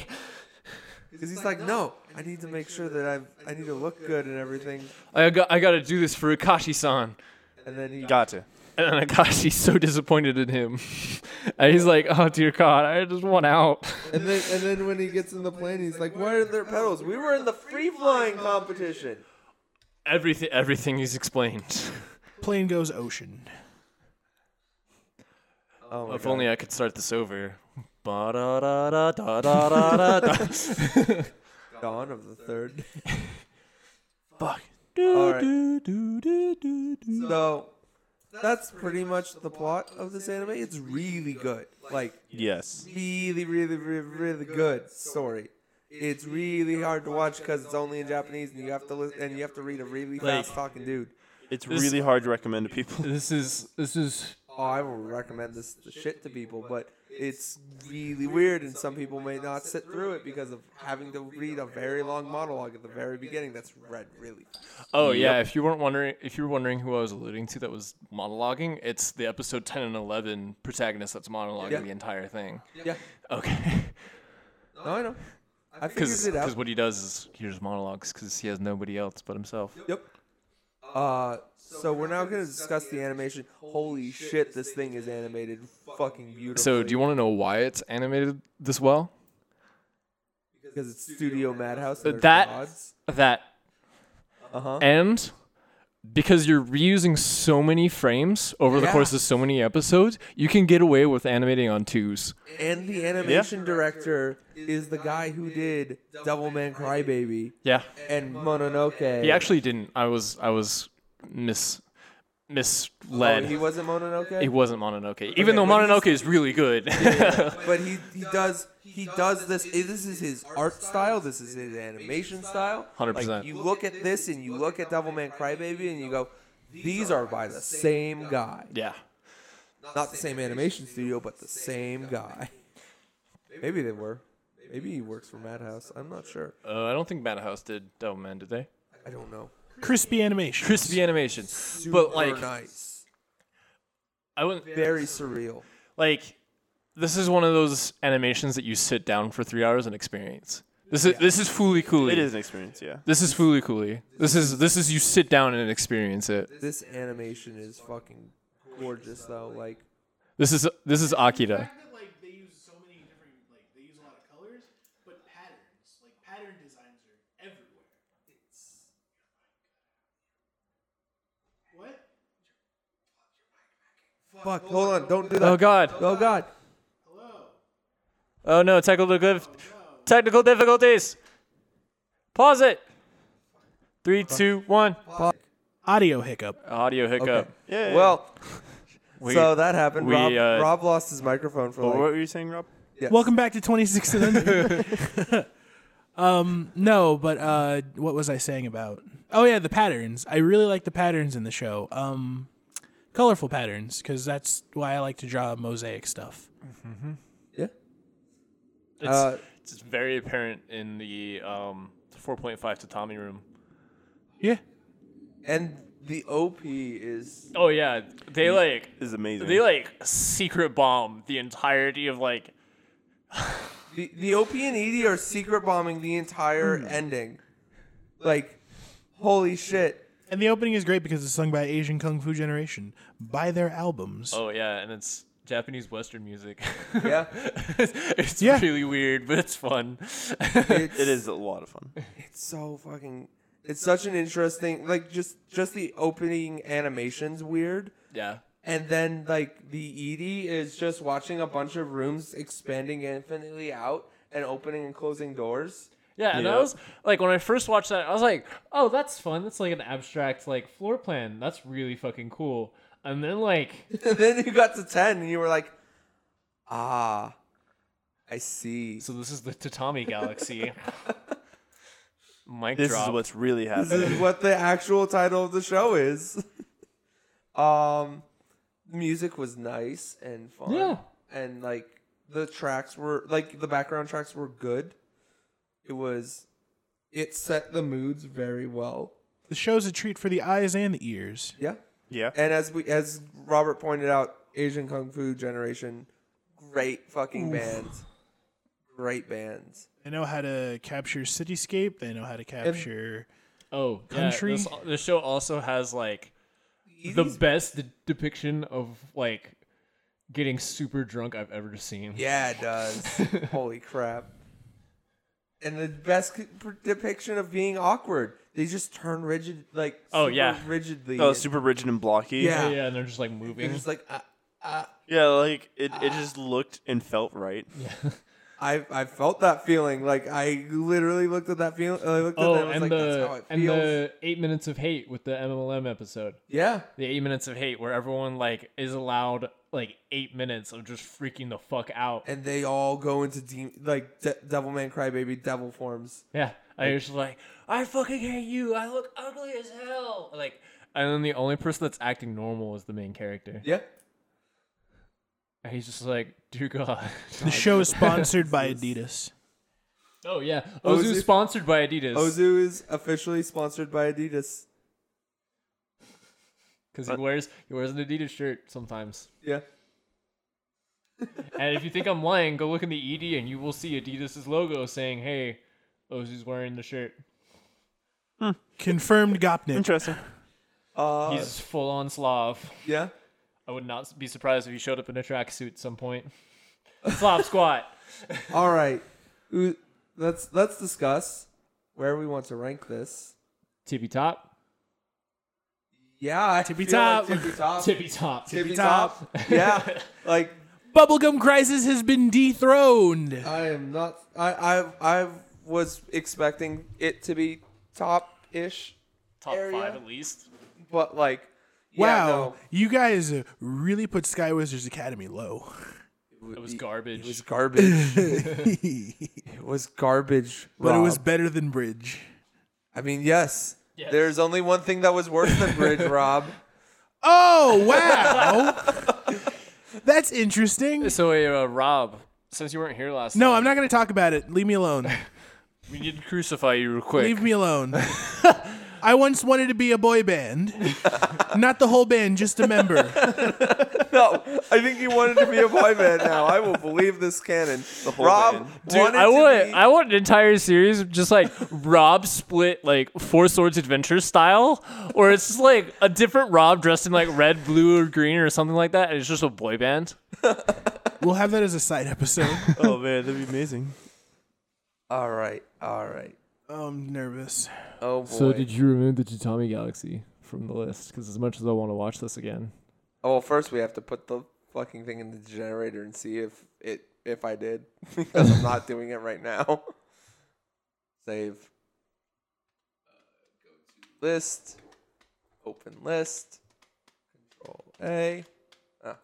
because he's like no I need to make sure that I'm I need to look good and everything I got I got to do this for Akashi-san. and then he Gotcha. And Akashi's so disappointed in him. and he's like, "Oh dear God, I just want out." and then and then when he gets in the plane he's like why are there pedals we were in the free flying competition Everything, everything is explained. Plane goes ocean. oh my if God. only I could start this over. Ba-da-da-da-da-da-da-da. Dawn of the Third. Fuck. All right. So that's pretty much the plot of this anime. It's really good. Like Yes. really, really, really, really good story. It's really hard to watch because it's only in Japanese, and you have to listen, and you have to read a really fast talking dude. It's really hard to recommend to [LAUGHS] people. this is this is Oh, I will recommend this the shit to people, but it's really weird, and some people may not sit through it because of having to read a very long monologue at the very beginning. That's read really. oh yeah, if you weren't wondering, if you were wondering who I was alluding to, that was monologuing. It's the episode ten and eleven protagonist that's monologuing Yeah. the entire thing. Yeah. [LAUGHS] Okay. No, I know. I figured Because it out. what he does is he just monologues because he has nobody else but himself. Yep. Uh, so we're now gonna discuss the animation. Holy shit, this thing is animated fucking beautiful. So, do you want to know why it's animated this well? because it's Studio Madhouse? and they're That, gods? that, Uh-huh. and because you're reusing so many frames over the Yeah. course of so many episodes, you can get away with animating on twos. and the animation director is the guy who did Devilman Crybaby Yeah, and Mononoke. he actually didn't. I was, I was mis, misled. Oh, he wasn't Mononoke. It wasn't Mononoke, even though but he's- Mononoke is really good. but he, he does he does this this is his art style this is his animation style 100%. Like, you look at this and you look at devilman crybaby and you go these are by the same guy [LAUGHS] yeah, not the same animation studio but the same guy maybe they were maybe he works for madhouse i'm not sure uh, I don't think Madhouse did Devilman, did they? i don't know Crispy animation. Crispy animation, Super but like nice I wouldn't. very surreal like this is one of those animations that you sit down for three hours and experience. This is this is fully coolly. It is an experience, yeah. This is fully coolly. This is this is you sit down and experience it. this animation is fucking gorgeous though like This is this is Akira. that like they use so many different like they use a lot of colors, but patterns like pattern designs are everywhere. It's what? fuck hold on don't do that Oh God. oh god Oh no. Technical dif- technical difficulties. Pause it. Three, two, one. Audio hiccup. Audio hiccup. Okay. Yeah. Well, We- so that happened. we, Rob, uh, Rob lost his microphone for What like, were you saying, Rob? yes. Welcome back to 26 and Under. [LAUGHS] um, no, but uh, what was I saying about? Oh yeah, the patterns. I really like the patterns in the show. Um, colorful patterns because that's why I like to draw mosaic stuff. Yeah. It's, Uh, it's very apparent in the um, 4.5 Tatami room. Yeah, And the OP is Oh yeah, they like This is amazing. They like secret bomb the entirety of like the, the OP and Edie are secret bombing the entire Hmm. ending. Like, holy shit. and the opening is great because it's sung by Asian Kung Fu Generation by their albums. oh yeah, and it's Japanese Western music. [LAUGHS] Yeah. it's Yeah. really weird, but it's fun. [LAUGHS] It's, [LAUGHS] it is a lot of fun. It's so fucking. It's such an interesting, like just just the opening animations weird, yeah. and then like the Edie is just watching a bunch of rooms expanding infinitely out and opening and closing doors. [LAUGHS] Yeah, And I was like when I first watched that, I was like, oh, that's fun. That's like an abstract like floor plan. That's really fucking cool. And then like And then you got to 10 and you were like, ah, I see. so this is the Tatami [LAUGHS] Galaxy. mic This drop. is what's really happening. This is what the actual title of the show is. [LAUGHS] um, music was nice and fun. Yeah. And like the tracks were, like the background tracks were good. It was, it set the moods very well. The show's a treat for the eyes and the ears. Yeah. Yeah. And as we, as Robert pointed out, Asian Kung Fu Generation, great fucking bands. Great bands. They know how to capture cityscape. They know how to capture. oh, Country? Yeah, this, this show also has like the best de- depiction of like getting super drunk I've ever seen. Yeah, it does. [LAUGHS] Holy crap. And the best c- pr- depiction of being awkward. They just turn rigid, like, Oh, super yeah. rigidly. Oh, and super rigid and blocky. Yeah. Yeah, yeah, and they're just like moving. They're just like, I, I, Yeah, like it, it just looked and felt right. I, I felt that feeling. Like, I literally looked at that feeling. I looked at Oh, that and I was and like, that's how the it and feels. the eight minutes of hate with the MLM episode. yeah. The eight minutes of hate where everyone like is allowed like eight minutes of just freaking the fuck out. And they all go into, de- like, de- Devilman Crybaby devil forms. Yeah, I was just like, I fucking hate you. I look ugly as hell. Like, and then the only person that's acting normal is the main character. Yeah. And he's just like, dear God. [LAUGHS] The [LAUGHS] show is sponsored by Adidas. oh yeah, Ozu's Ozu- sponsored by Adidas Ozu is officially sponsored by Adidas. because he wears he wears an Adidas shirt sometimes. Yeah. and if you think I'm lying, go look in the ED and you will see Adidas' logo saying, "Hey, Ozu's wearing the shirt." [LAUGHS] Confirmed Gopnik. Interesting. Uh, He's full on Slav. yeah. I would not be surprised if he showed up in a tracksuit at some point. [LAUGHS] Slav squat. All right. Ooh, Let's let's discuss where we want to rank this. Tippy top. Yeah, I Tippy feel like top. tippy [LAUGHS] top, Tippy top. tippy top. [LAUGHS] Yeah, like Bubblegum Crisis has been dethroned. I am not. I I I was expecting it to be top ish, Top Area. five at least. but like yeah, Wow, you guys really put Sky Wizards Academy low. no. It was garbage. It was garbage. but it was garbage. it was Rob. better than Bridge. I mean, yes. Yes. There's only one thing that was worse than Bridge, Rob. Oh wow, [LAUGHS] that's interesting. so, uh, Rob, since you weren't here last No, I'm not going to talk about it. Leave me alone. [LAUGHS] we need to crucify you real quick. Leave me [LAUGHS] alone. I once wanted to be a boy [LAUGHS] band, not the whole band, just a member. No, I think you wanted to be a boy band now. I will believe this canon. The whole Rob band. Dude, wanted I to want be- I want an entire series of [LAUGHS] just like Rob split like Four Swords Adventure style, or it's just like a different Rob dressed in like red, blue, or green or something like that, and it's just a boy band. We'll have that as a side [LAUGHS] episode. Oh man, that'd be amazing. All right, all right. Oh, I'm nervous. Oh boy. So did you remove the Tatami Galaxy from the list? Because as much as I want to watch this again, Oh, well, first we have to put the fucking thing in the generator and see if it if I did [LAUGHS] because I'm not doing it right now. [LAUGHS] Save. Go to list. Open list. Control A. Ah,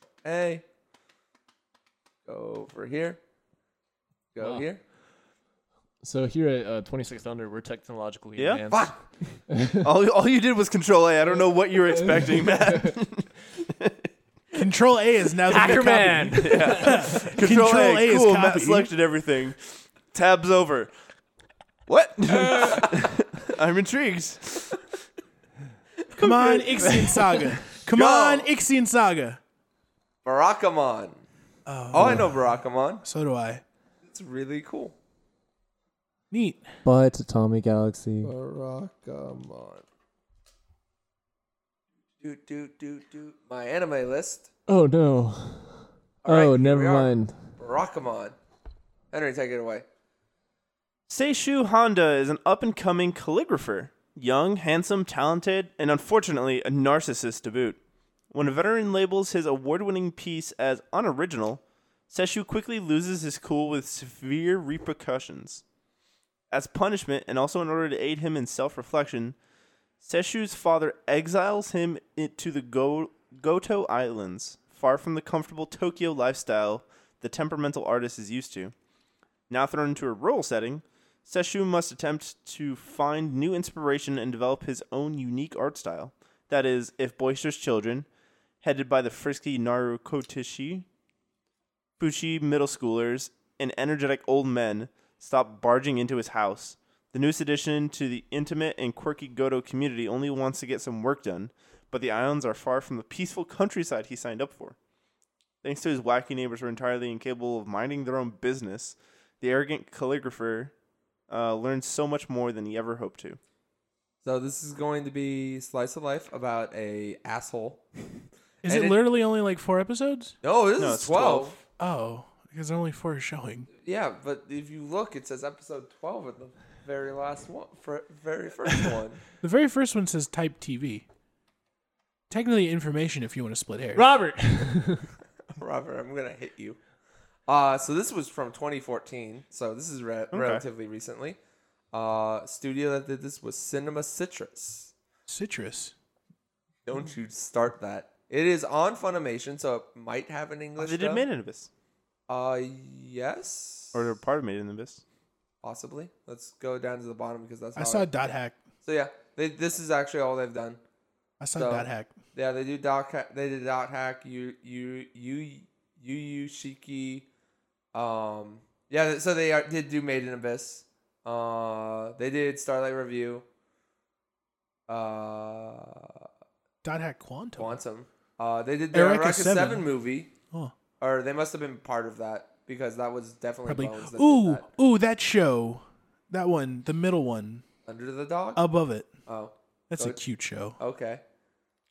Control A. Go over here. Go Wow. here. So here at uh, 26 Thunder, we're technologically Yeah? advanced. Fuck. [LAUGHS] All, all you did was control A. I don't know what you were expecting, Matt. Control A is now the new copy. [LAUGHS] Ackerman. Control, Control A A. is cool. Matt copy. selected everything. Tabs over. What? [LAUGHS] I'm intrigued. Come on, Ixion [LAUGHS] Saga. Come Go. on, Ixion Saga. Barakamon. Oh, I know Barakamon. So do I. It's really cool. Neat. but Tatami Galaxy. Barakamon. Doot doot doot doot. My anime list. Oh no. All right, oh, here never we are. mind. Barakamon. Henry, take it away. Seishu Honda is an up and coming calligrapher. Young, handsome, talented, and unfortunately a narcissist to boot. When a veteran labels his award winning piece as unoriginal, Seishu quickly loses his cool with severe repercussions. As punishment, and also in order to aid him in self reflection, Seshu's father exiles him i- to the Go- Goto Islands, far from the comfortable Tokyo lifestyle the temperamental artist is used to. Now thrown into a rural setting, Seshu must attempt to find new inspiration and develop his own unique art style. That is, if Boisterous Children, headed by the frisky Naru Kotishi, Fushi middle schoolers, and energetic old men, stop barging into his house. The newest addition to the intimate and quirky Goto community only wants to get some work done, but the islands are far from the peaceful countryside he signed up for. Thanks to his wacky neighbors who are entirely incapable of minding their own business, the arrogant calligrapher uh, learns so much more than he ever hoped to. So this is going to be slice of life about a asshole. Is And it it- literally only like four episodes? No, this No, is it's 12. 12. Oh, because only four are showing. Yeah, but if you look, it says episode 12 at the very last one, fir- very first [LAUGHS] one. The very first one says Type TV. Technically, information if you want to split hairs. [LAUGHS] Robert. Robert, I'm gonna hit you. Uh, so this was from 2014. So this is re- relatively recently. Uh, studio that did this was Cinema Citrus. Citrus. Don't you start that. It is on Funimation, so it might have an English. they did dub. Made in Abyss. Uh, yes. Or part of Made in Abyss. possibly. Let's go down to the bottom because that's. How I saw it- Dot Hack. so yeah, they, this is actually all they've done. I saw So- Dot Hack. Yeah, they do doc. Ha- they did dot hack. You you you you you shiki. Um. Yeah. So they are, did do Made in Abyss. Uh. They did Starlight Review. Uh. Dot Hack Quantum. Quantum. Uh. They did the Eureka Eureka 7. Seven, movie, Oh. or they must have been part of that because that was Probably. definitely Bones that did Ooh, that. ooh, that show. That one, the middle one, Um, Under the Dog. above it. oh. That's a cute show. Okay.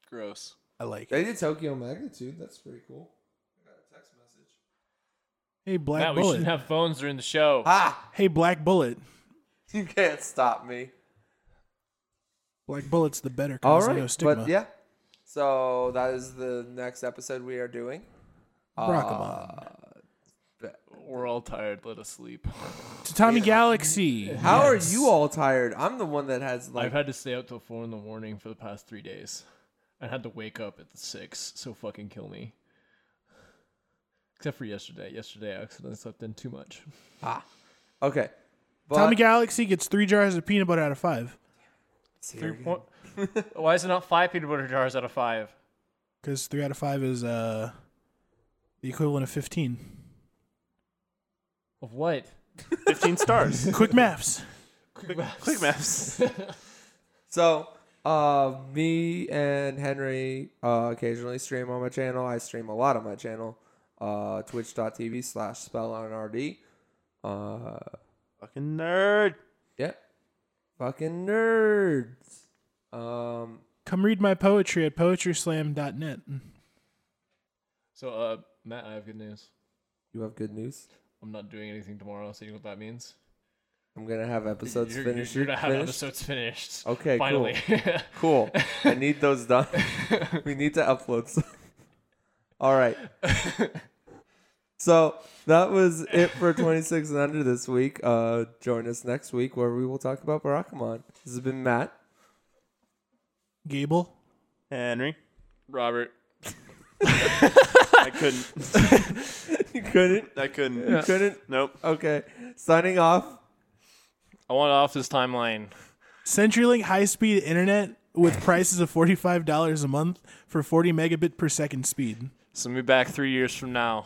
Gross. I like it. They did Tokyo Magnitude. That's pretty cool. [LAUGHS] I got a text message. Hey, Black Matt, we Bullet. shouldn't have phones during the show. Ah! hey, Black Bullet. You can't stop me. Black Bullet's the better All cause I know right. stigma. But yeah. So that is the next episode we are doing. Uh, Brockamon. We're all tired. Let us sleep. to Tommy Galaxy. How are you all tired? I'm the one that has like I've had to stay up till four in the morning for the past three days. I had to wake up at the six, so fucking kill me. Except for yesterday. Yesterday I accidentally slept in too much. Okay. But Tommy Galaxy gets three jars of peanut butter out of five Three point. [LAUGHS] Why is it not five peanut butter jars out of five? because three out of five is uh, the equivalent of fifteen. Of what? 15 [LAUGHS] stars. Quick maths. Quick maps. So, uh, me and Henry uh, occasionally stream on my channel. I stream a lot on my channel, uh, twitch.tv slash spell on RD. Uh, Fucking nerd. yep. Fucking nerds. Um, Come read my poetry at poetryslam.net. So uh Matt, I have good news. you have good news? I'm not doing anything tomorrow, so you know what that means? I'm going to have episodes [LAUGHS] you're, finished. You're, you're gonna have finished? episodes finished. Okay, Finally. [LAUGHS] cool. Cool. I need those done. [LAUGHS] we need to upload some. All right. So that was it for 26 and under this week. Uh, join us next week where we will talk about Barakamon. This has been Matt. [LAUGHS] Gable. [LAUGHS] Henry. Robert. I couldn't. You couldn't. I couldn't. You couldn't. Nope. Okay. Signing off. I want off this timeline. CenturyLink high-speed internet with prices of $45 a month for 40 megabit per second speed. Send me back three years from now.